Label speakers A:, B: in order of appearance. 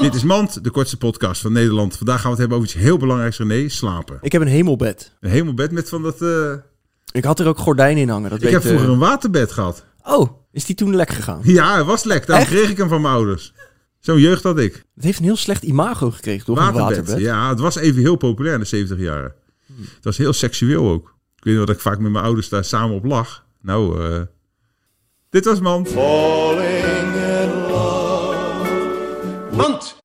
A: Dit is Mand, de kortste podcast van Nederland. Vandaag gaan we het hebben over iets heel belangrijks, René, slapen.
B: Ik heb een hemelbed.
A: Een hemelbed met van dat... eh,
B: Ik had er ook gordijnen in hangen. Dat
A: Ik
B: weet,
A: heb
B: eh,
A: vroeger een waterbed gehad.
B: Oh, is die toen lek gegaan?
A: Ja, het was lek. Daarom
B: Echt?
A: kreeg ik hem van mijn ouders. Zo'n jeugd had ik.
B: Het heeft een heel slecht imago gekregen, toch?
A: Waterbed.
B: Een waterbed.
A: Ja, het was even heel populair in de 70 jaren. Het was heel seksueel ook. Ik weet nog dat ik vaak met mijn ouders daar samen op lag. Nou, eh, dit was Mand.
C: Falling in love. Munt!